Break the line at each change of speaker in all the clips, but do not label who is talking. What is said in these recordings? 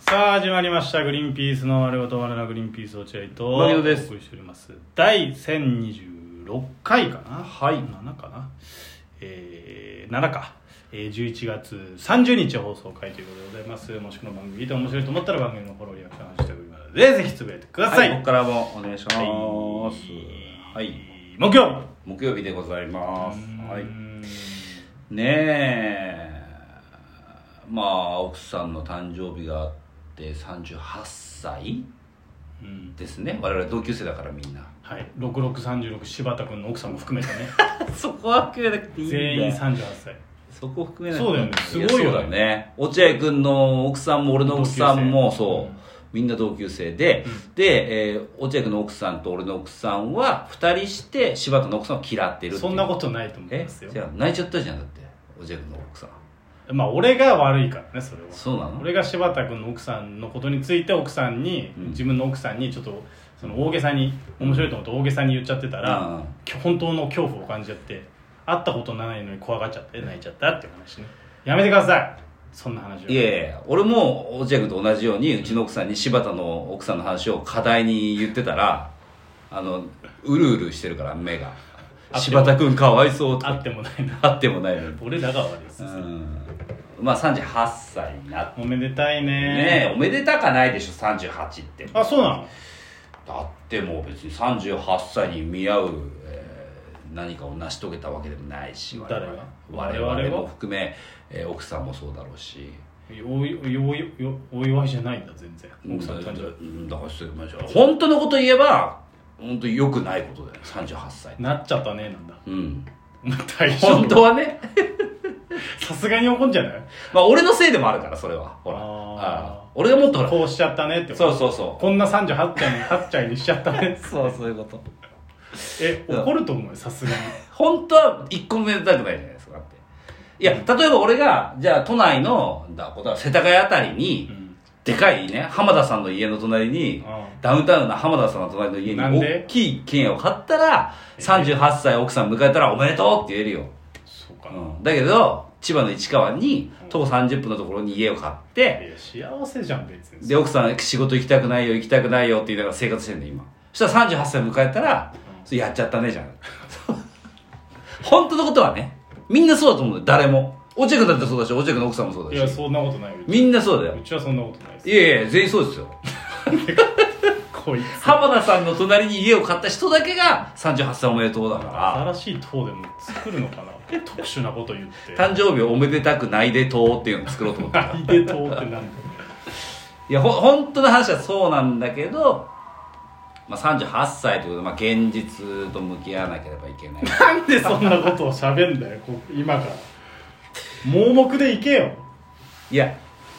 さあ始まりました「グリーンピースの丸ごと丸のグリーンピース落合」と
牧野です
お送りしております第1026回かな
はい
7かなえー、7か、えー、11月30日放送回ということでございますもしこの番組見て面白いと思ったら番組のフォローリアクションハッシュタグまでぜひつぶやいてください、
ここからもお願いします
は
はいい
木曜
木曜日でございますはいう
ーん
ねえまあ奥さんの誕生日があって38歳
うん
ですね我々同級生だからみんな
はい6636柴田君の奥さんも含めてね
そこは含めなくて
全員38歳
そこ含めな
そうだよねすごいよね
やそうだね落合君の奥さんも俺の奥さん
同
も
級生
そうみんな同級生で、で、えー落合君の奥さんと俺の奥さんは2人して柴田の奥さんを嫌ってるっていう
そんなことないと思い
え
ますよ
じゃあ泣いちゃったじゃんだって落合君の奥さん
まあ俺が悪いからねそれは
そうなの
俺が柴田君の奥さんのことについて奥さんに、
うん
自分の奥さんにちょっとその大げさに面白いと思って大げさに言っちゃってたら、
うん
本当の恐怖を感じちゃって会ったことないのに怖がっちゃって泣いちゃったっていう話ねやめてくださいそんな話はい
やいやいや俺も落合君と同じようにうちの奥さんに柴田の奥さんの話を課題に言ってたらあのうるうるしてるから目が
あ
柴田君かわいそうと
会
か
ってもないな
あってもないのに
俺らが悪いです、
うんまあ38歳になって
おめでたいね
ねえおめでたかないでしょ38ってだ
あそうなの
ってもう別に38歳に見合う、えー何かを成し遂げたわけでもないし
誰が
我
我
々
々は
も含め、えー奥さんもそうだろうし
おいおいおいお祝いじゃないんだ全然奥さんの誕生日
うんだからそういうまあじゃあ本当のこと言えば本当に良くないことだよ38歳
なっちゃったねなんだ
うん
大丈
本
夫
当はね
さすがに怒んじゃない
まあ俺のせいでもあるからそれはほら
あー
あー俺がもっとほら
こうしちゃったねってこと
そうそうそう
こんな38ちゃん8ちゃんにしちゃったね
そうそういうこと
え怒ると思うよさすがに
本当は一個もめでたくないじゃないですかだっていや例えば俺がじゃあ都内のだこだ世田谷あたりに、
うん
でかいね浜田さんの家の隣 に、
うん
ダウンタウンの浜田さんの隣の家に
なんで
大きい県を買ったら38歳奥さん迎えたらおめでとうって言えるよ、
そうかな、
うん、だけど千葉の市川に徒歩30分のところに家を買って
いや幸せじゃん別に
で奥さん仕事行きたくないよ行きたくないよって言いながら生活してんだよ今そしたら38歳迎えたら、それやっちゃったねじゃん本当のことはねみんなそうだと思うんだよ誰も落合君だってそうだし落合君の奥さんもそう
い
だ
や
し
そんなことないよう
みんなそうだよ
ちはそんなことないです
いやいや全員そうですよ
こいつ
浜田さんの隣に家を買った人だけが38歳おめでとうだか
新しい塔でも作るのかな特殊なこと言っ て
ら誕生日おめでたくないでとうっていうのを作ろうと 思ってる
何で塔ってなんだよ
いやほ本当の話はそうなんだけど、まあ、38歳ということで、まあ、現実と向き合わなければいけない
なんでそんなことを喋んだよこ今から盲目でいけよ
いや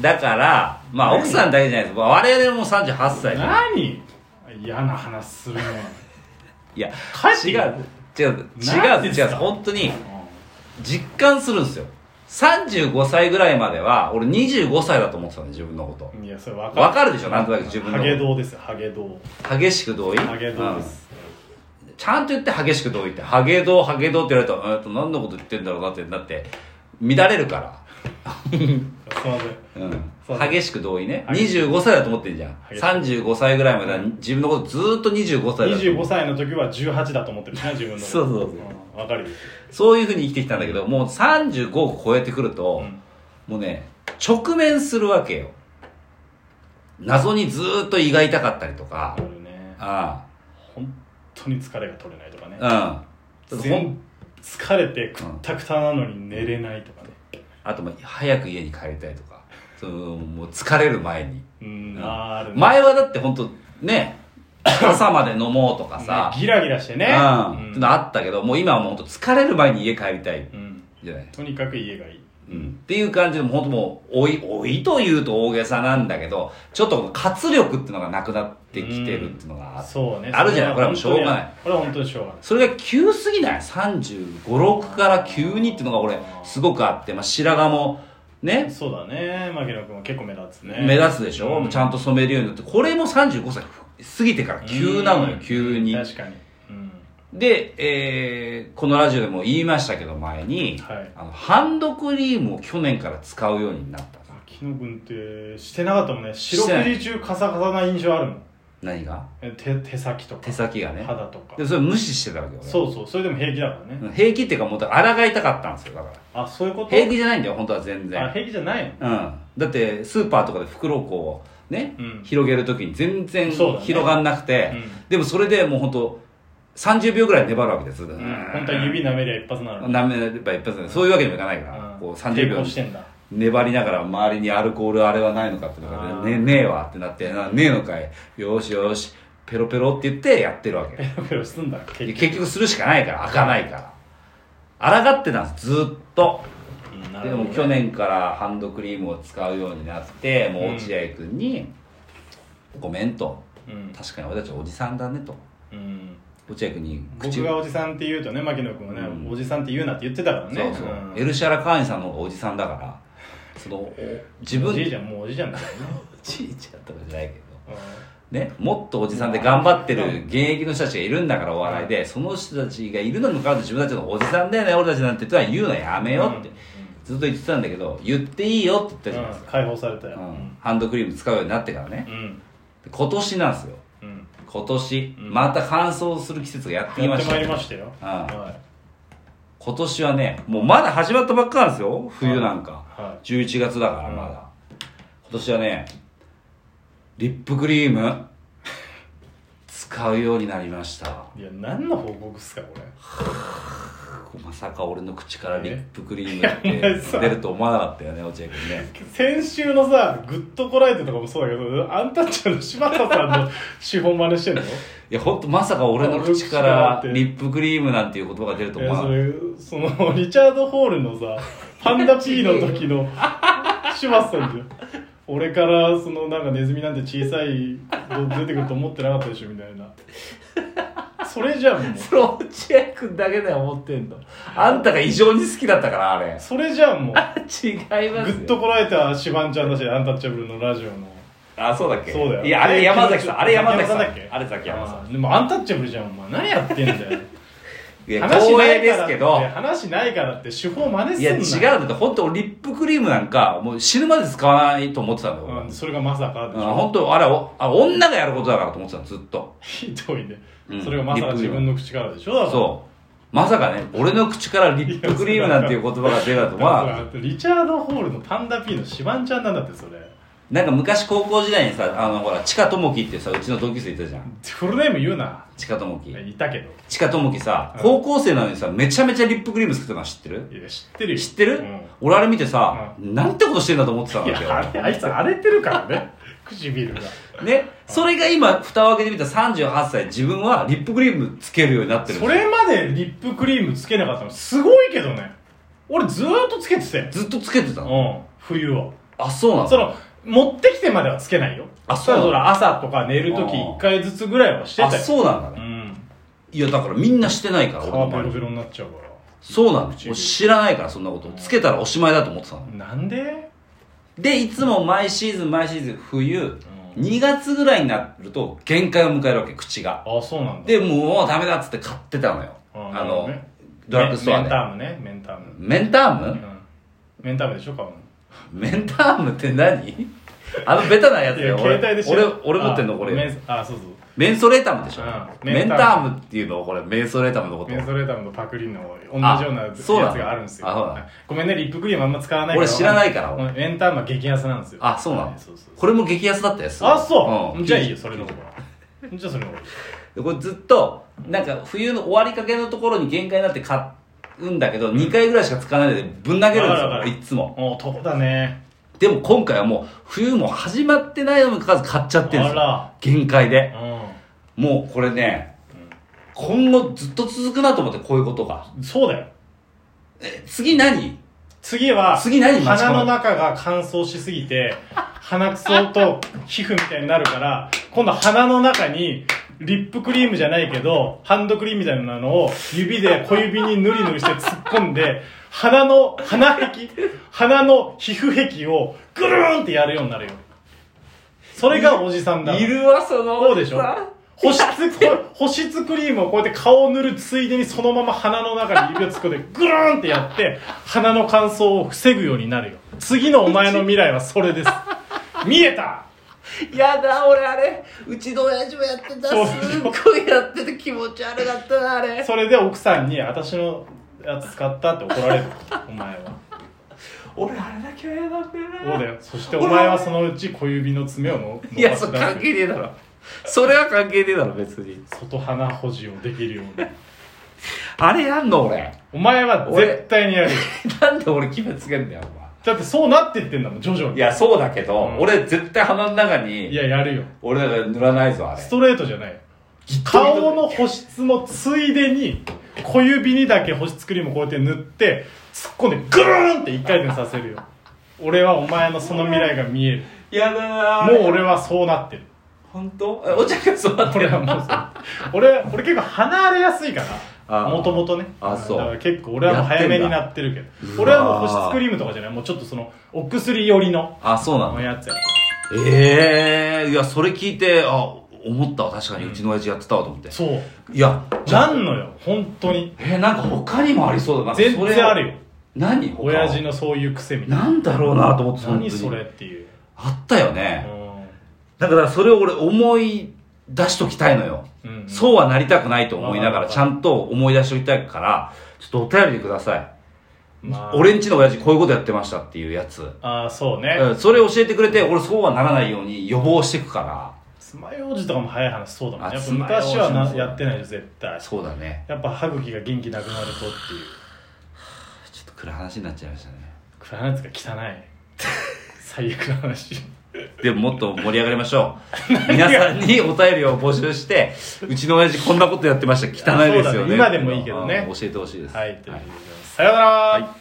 だからまあ奥さんだけじゃないです我々も38歳じゃん
何嫌な話するね
いや
帰って
違
よ
う違う違
何
う
で
違
す
う
か
本当に実感するんですよ35歳ぐらいまでは俺25歳だと思ってたの自分のこと
うんいやそれ分か
わかるでしょなんとなく自
る
分
ハゲ
の
道ですよハゲ道
激しく同意
ハゲ道です、
うんちゃんと言って激しく同意ってハゲ道ハゲ道って言われたらえーと何のこと言ってんだろうなってなって乱れるから
すいませんそう
うん、激しく同意ね
激し
25歳だと思ってんじゃん
激しく
35歳ぐらいまでは自分のことずーっと25歳だと
25歳の時は18だと思ってるしな自分のこと
そうそうそうん
わかるよ
そういうふうに生きてきたんだけどもう35を超えてくると、もうね直面するわけよ謎にずーっと胃が痛かったりと
あ
か、
るね
あ
本当に疲れが取れないとかね
あうんほん
全疲れてくったくたなのに寝れないとかね
あともう早く家に帰りたいとかそのもう疲れる前に
うん、
うん
あーあるね
前はだって本当 ね朝まで飲もうとかさ、
ギラギラしてね
うんって
うん
のあったけどもう今はもう本当疲れる前に家帰りたい
うん
じゃない
とにかく家がいい
うんっていう感じで、本当もう、老い、老いというと大げさなんだけど、ちょっとこの活力っていうのがなくなってきてるっていうのがあって、
そうね
あるじゃ
そは
ないこれはもうしょうがない
本当にこれは本当にしょうがない
それが急すぎない ?35、6から急にっていうのが俺、すごくあって、まあ、白髪も、ね、
そうだね牧野君は結構目立つね
目立つでしょ、
うん
ちゃんと染めるようになって、これも35歳過ぎてから急なのよ、
うん
急に。
確かにうん
で、えーこのラジオでも言いましたけど前に、
はい
あのハンドクリームを去年から使うようになった
あ木野君ってしてなかったもんね四六時中カサカサな印象あるもん
何が
え手手先とか
手先がね
肌とか
でもそれ無視してたわけよ俺
そうそうそれでも平気だからね、
うん平気っていうかもっと抗いたかったんですよだから
あそういうこと
平気じゃないんだよ本当は全
あ
然
平気じゃないの
うんだってスーパーとかで袋をこうね、
うん
広げるときに全然
そうだね
広がんなくて、
うん
でもそれでもう本当30秒ぐらい粘るわけです、う
うん本当は指舐めりゃ一発なのに
舐めれば一発でそういうわけにもいかないから、
うん
こう30
抵
秒
抗してんだ
粘りながら周りにアルコールあれはないのかっての
あ
が
ー
ねねねえわってなってなねえのかいよーしよーしペロペロって言ってやってるわけ
ペロペロすんだ結
で結局するしかないから開かないから抗ってたんですずーっと
うんな
で
るほど
も
ね
去年からハンドクリームを使うようになってもう落合君に「ごめん」と
うん
「確かに俺たちおじさんだね」と
うん
落合君に
僕
を
がおじさんって言うとね牧野君はね、
うん
おじさんって言うなって言ってたからね
そうそう、
ん
エルシャラ・カーニさんの方がおじさんだからそのお自分
おじいちゃんもうおじいちゃんだからね、
ちいちゃんとかじゃないけど
うん
ね、もっとおじさんで頑張ってる現役の人たちがいるんだからお笑いでその人たちがいるのにもかかわらず自分たちのおじさんだよね俺たちなんて言ったら言うのやめようって、
うん
ずっと言ってたんだけど言っていいよって言ったじゃないです
うん
か、
解放されたよ
うんハンドクリーム使うようになってからね
うんうん
で今年なんですよ
うん
今年、
うん
また乾燥する季節がやってき
や
ま
って
した
まいりましたよ
うん
は
今年はねもうまだ始まったばっかなんですよ冬なんか、
いは
11月だからまだ、今年はねリップクリーム使うようになりました
いいや何の報告っすかこれ
まさか俺の口からリップクリーム
えいやお前
っ
さ
て出ると思わなかったよね落合君ね
先週のさグッとこらえてとかもそうだけどあんたちゃんの柴田さんの資本真似 してんのい
いや本当まさか俺の口か
俺の口からっ
ら
て
リップクリームなんていう言葉が出ると思
や
わな
そ
かっ
れそのリチャード・ホールのさパンダ P の時の 柴田さんじゃん俺からそのなんかネズミなんて小さいの出てくると思ってなかったでしょみたいなそれじゃんもう
たそれ落合君だけだよ思ってんのあんたが異常に好きだったからあれ違い
それじゃんもう
ますよ
グッとこらえたシバンちゃんだし、アンタッチャブルのラジオの。
あそうだっけ
そうだよ。
いやあれ山崎さんあれ山崎さん
だっけ
あれ崎山さ
あーでもアンタッチャブルじゃん、お前。何やってんだよ。
んいや光栄ですけど
いや話ないからって手法真似
いや違
すんな。
う。んだって本当リップクリームなんかもう死ぬまで使わないと思ってたんだよ、
うん、それがまさかでし
あ
ょ。
本当あれおあ女がやることだからと思ってたのずっと
ひどいね
う。ん
それがまさか自分の口からでしょ、だから
そう。まさかね、俺の口からリップクリームなんていう言葉が出たとは、
だからリチャード・ホールのパンダ P のシバンちゃんなんだって、それ。
なんか昔高校時代にさ、あの、ほら、チカトモキってさ、うちの同級生いたじゃん。
フルネーム言うな。
チカトモキ。
いたけど。
チカトモキさ
うん、
高校生なのにさ、めちゃめちゃリップクリーム作ってたの知ってる
いや、知ってるよ。
知ってる、
うん
俺あれ見てさ、なんてことしてんだと思ってたん
い
だけ
や、あれ、あいつ荒れてるからね。 唇が。
ど。ね、それが今、蓋を開けてみた38歳、自分はリップクリームつけるようになってる。
それまでリップクリームつけなかったのすごいけどね俺ずーっとつけてたよ
ずっとつけてた
う
の
ん冬は
あ、そうなの
その持ってきてまではつけないよ
あそう
ただら朝とか寝るとき
あー
1回ずつぐらいはして
あ、
たよ
そうなんだ
う
ね。
ん
いや、だからみんなしてないから、
皮
俺
ベ
の周り
ロベロになっちゃうから
そうなの
唇
俺知らないからそんなことつけたらおしまいだと思ってたの
なんで
でいつも毎シーズン毎シーズン冬
うん
2月ぐらいになると限界を迎えるわけ口が
あそうなんだ
でもうダメだっつって買ってたのよ
あ
あ
なるほど
の
ね
ドラッグストア
メン
で
タームねメンターム
メンター
う
ム
んメンタームでしょ買うの
メンタームって何 あのベタなやつ
い
だよ
や
俺
携帯でしょ
俺俺持ってんの
あ
こ
メ
れ
ンあそうそう
メンソレータムでしょ
うん
メ
メン
ン
タ
タ
ーム
ームっていうのこれメンソレータムのこと
メンソレータムとパクリンの同じような
あ
やつ
そうなの
があるんですよ
あそうなの
ごめんねリップクリームあんま使わないから
俺知らないから
うんエンターマ激安なんですよ
あそうなの
はいそうそう
これも激安だったやつ
あそう、
ん
じゃあいいよそれの方がじゃあそれの方がいい
でこれずっとなんか冬の終わりかけのところに限界になって買うんだけど2回ぐらいしか使わないでぶん投げる
わか
んですよ
るわか
俺
る
いっつも
お男だね
でも今回はもう冬も始まってないのにもかかわらず買っちゃってるんですよ
あ
限界で
らうん
もうこれね今後ずっと続くなと思ってこういうことが
うんそうだよ
え次何
次は
次何マジ
鼻
か
の中が乾燥しすぎて鼻くそと皮膚みたいになるから今度鼻の中にリップクリームじゃないけどハンドクリームみたいなのを指で小指にぬりぬりして突っ込んで鼻の鼻壁鼻の皮膚壁をぐるーんってやるようになるよそれがおじさんだ
いるわその
そうでしょ
さ
保湿 保湿クリームをこうやって顔を塗るついでにそのまま鼻の中に指を突っ込んでぐるーんってやって鼻の乾燥を防ぐようになるよ次のお前の未来はそれ です見えた
やだ俺あれうちの親父もやってた
そう
すっごいやってて気持ち悪かったなあれ
それで奥さんに私のやつ使ったって怒られるお前は
俺あれだけはやだんだよ
そうだ
よ
よそしてお前はそのうち小指の爪をの
いやそれ関係ねえだろそれは関係ねえだろ別に
外鼻保持をできるように
あれやんの俺
お前は絶対にやるよ
なんで俺決めつけんだよお
だってそうなってってんだもん徐々
前
に
いやそうだけど、
うん
俺絶対鼻の中
い
に
ややるよ
俺だから塗らないぞあれ
ストレートじゃないよ顔の保湿もついでに小指にだけ保湿クリームこうやって塗って突っ込んでグルーンって一回転させるよ俺はお前のその未来が見える
やだ
もう俺はそうなってる
本当えお茶がそうなって
俺はもうそう俺俺結構離れやすいか
あ
ら
ー
もともとね
あそう
だから結構俺はもう早めになってるけ
やって
ど
んだ
俺はもう保湿クリームとかじゃないもうちょっとそのお薬寄りの
あそうなの
やつや
ええいやそれ聞いてあ思ったわ確かにうちの親父やってたわと思って、
そう
いや
なんのよ本当に
えーなんか他にもありそうだな
全然
それ
あるよ
何他
親父のそういう癖みたいな
なんだろうなと思って本
何
当に
それっていう、
あったよ
う
ね、
ん
だからそれを俺思い出しときたいのよ、
うん
そうはなりたくないと思いなが
わからる
ちゃんと思い出しときたいからちょっとお便りでください
まあ、
俺んちの親父こういうことやってましたっていうやつ
ああそうね、
うんそれ教えてくれて俺そうはならないように予防していくから
爪楊枝とかも早い話そうだもんね
あ
やっぱ昔は
爪楊枝も
な
そう
やってないよ絶対
そうだね
やっぱ歯茎が元気なくなるとっていう
ちょっと暗い話になっちゃいましたね
暗いやつが汚 い最悪な話
でももっと盛り上がりましょ う皆さんにお便りを募集してうちの親父こんなことやってました汚いです
あそうだ
よね
ね今でもいいけどね
うん教えてほしいです
はいということでさようなら、
はい